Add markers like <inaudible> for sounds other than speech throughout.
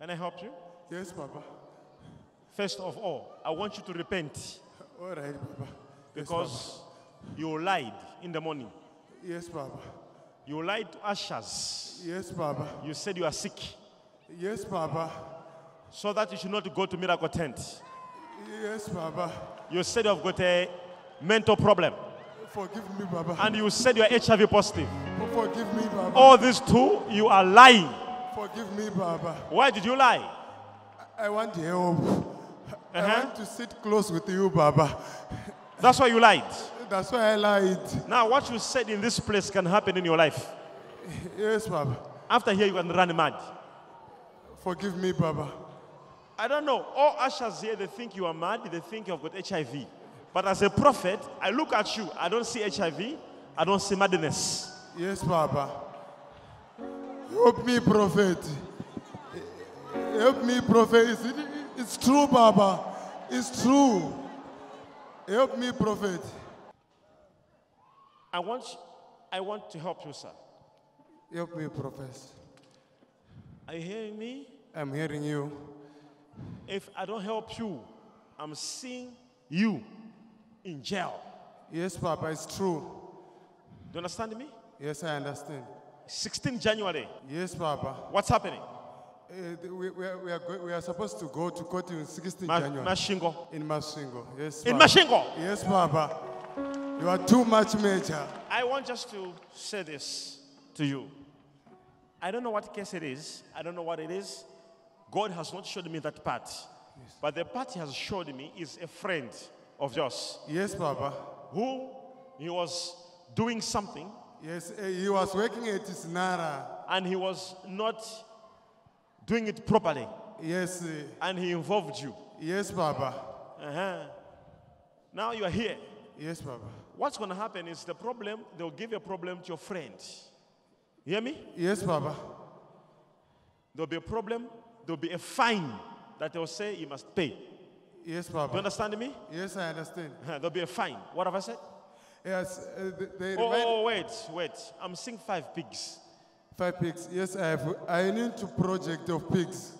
Can I help you? Yes, Papa. First of all, I want you to repent All right, Papa. Yes, because you lied in the morning. Papa. Yes, Papa. You lied to ushers. Yes, Papa. You said you are sick Yes, Papa. so that you should not go to miracle tent. Yes, Papa. You said you have got a mental problem Forgive me, Papa. and you said you are HIV positive. Forgive me, Baba. All these two, you are lying. Forgive me, Baba. Why did you lie? I want help. I Uh-huh. want to sit close with you, Baba. That's why you lied. That's why I lied. Now, what you said in this place can happen in your life. Yes, Baba. After here, you can run mad. Forgive me, Baba. I don't know. All ushers here, they think you are mad. They think you've got HIV. But as a prophet, I look at you. I don't see HIV. I don't see madness. Yes, Baba. Help me, prophet. Help me, prophet. It's, it's true, Baba. It's true. Help me, prophet. I want, I want to help you, sir. Help me, prophet. Are you hearing me? I'm hearing you. If I don't help you, I'm seeing you in jail. Yes, Papa, it's true. Do you understand me? Yes, I understand. 16 January. Yes, Papa. What's happening? Eh, th- we, we, are, we, are go- we are supposed to go to court on 16 Ma- January. Mashingo. in Masingo. Yes, In Baba. Mashingo. Yes, Baba. You are too much, Major. I want just to say this to you. I don't know what case it is. I don't know what it is. God has not showed me that part. But the part He has showed me is a friend of yours Yes, Baba. who he was doing something Yes, eh, he was working at Sinara. and he was not doing it properly Yes, eh, and he involved you. yes, Baba. Uh-huh. Now you are here. Yes, Baba. What's going to happen is the problem, they'll give a problem to your friend. You hear me? Yes, Baba. There'll be a problem, there'll be a fine that they'll say you must pay. Yes, Do you Baba. understand me? <laughs> Yes, I understand. There'll be a fine. What have I said? Yes, eh, th- they Oh, remind oh, wait, wait. I'm seeing five pigs. five pigs. Yes, I have. I need to project of pigs.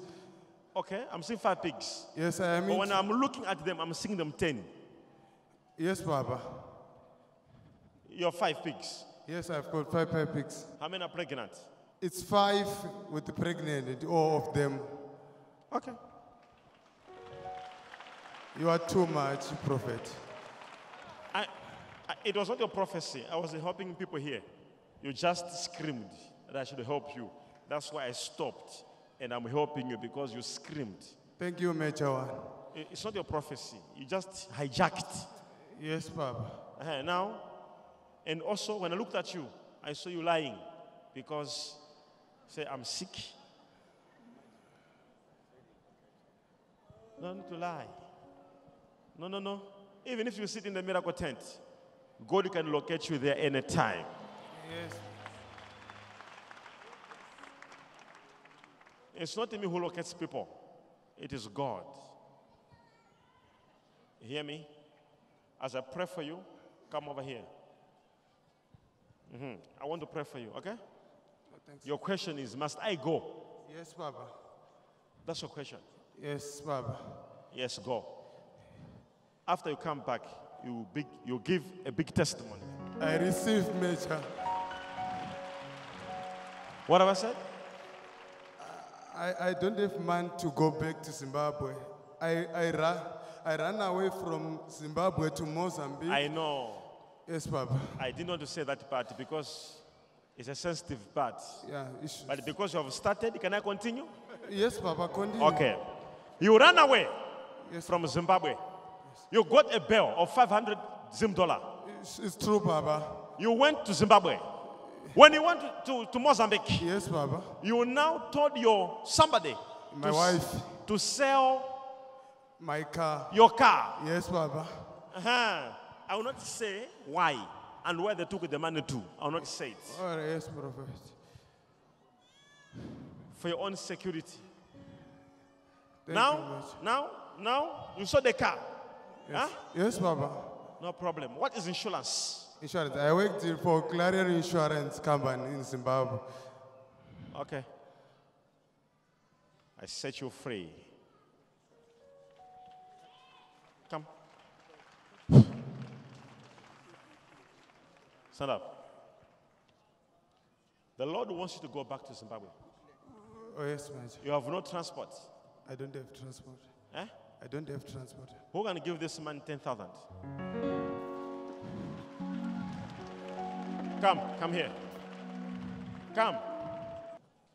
Okay, I'm seeing five pigs. Yes, I am. But when into- I'm looking at them, I'm seeing them ten. Yes, Baba. You're five pigs. Yes, I've got five, five pigs. How many are pregnant? It's five with the pregnant, all of them. Okay. You are too much, prophet. I, I, it was not your prophecy. I was helping people here. You just screamed that I should help you. That's why I stopped and I'm helping you because you screamed. Thank you, Major One. I- It's not your prophecy. You just hijacked. Yes, Baba. Uh-huh, now, and also when I looked at you, I saw you lying because say I'm sick. No need to lie. No, no, no. Even if you sit in the miracle tent, God can locate you there any time. Yes. It's not me who locates people. It is God. You hear me? As I pray for you, come over here. Mhm. I want to pray for you, okay? Thanks. Your question is, must I go? Yes, Baba. That's your question. Yes, Baba. Yes, go. After you come back, you big, you give a big testimony. I receive Major. What have I said? I, I don't have man to go back to Zimbabwe. I, I, ra- I ran away from Zimbabwe to Mozambique. I know. yes, Baba. I didn't want to say that part because it's a sensitive part. Yeah, you should- But because you have started, can I continue? yes, Baba, continue. Okay. You ran away Yes. from Zimbabwe. You got a bill of 500 Zim dollar. It's, it's true, Baba. You went to Zimbabwe. When you went to, to, to Mozambique, Yes, Baba. you now told your somebody to, My s- wife, to sell my car. your car. Yes, Baba. Uh-huh. I will not say why and where they took the money to. I will not say it. All right, yes, Prophet. For your own security. Thank you, now, Major. now, now, you saw the car. Huh? Yes, Baba. No problem. What is insurance? Insurance. I worked for Clarion Insurance Company in Zimbabwe. Okay. I set you free. Come. Stand up. The Lord wants you to go back to Zimbabwe. Oh, yes, Major. You have no transport. I don't have transport. Eh? I don't have transport. Who can give this man 10,000? Come, come here. Come.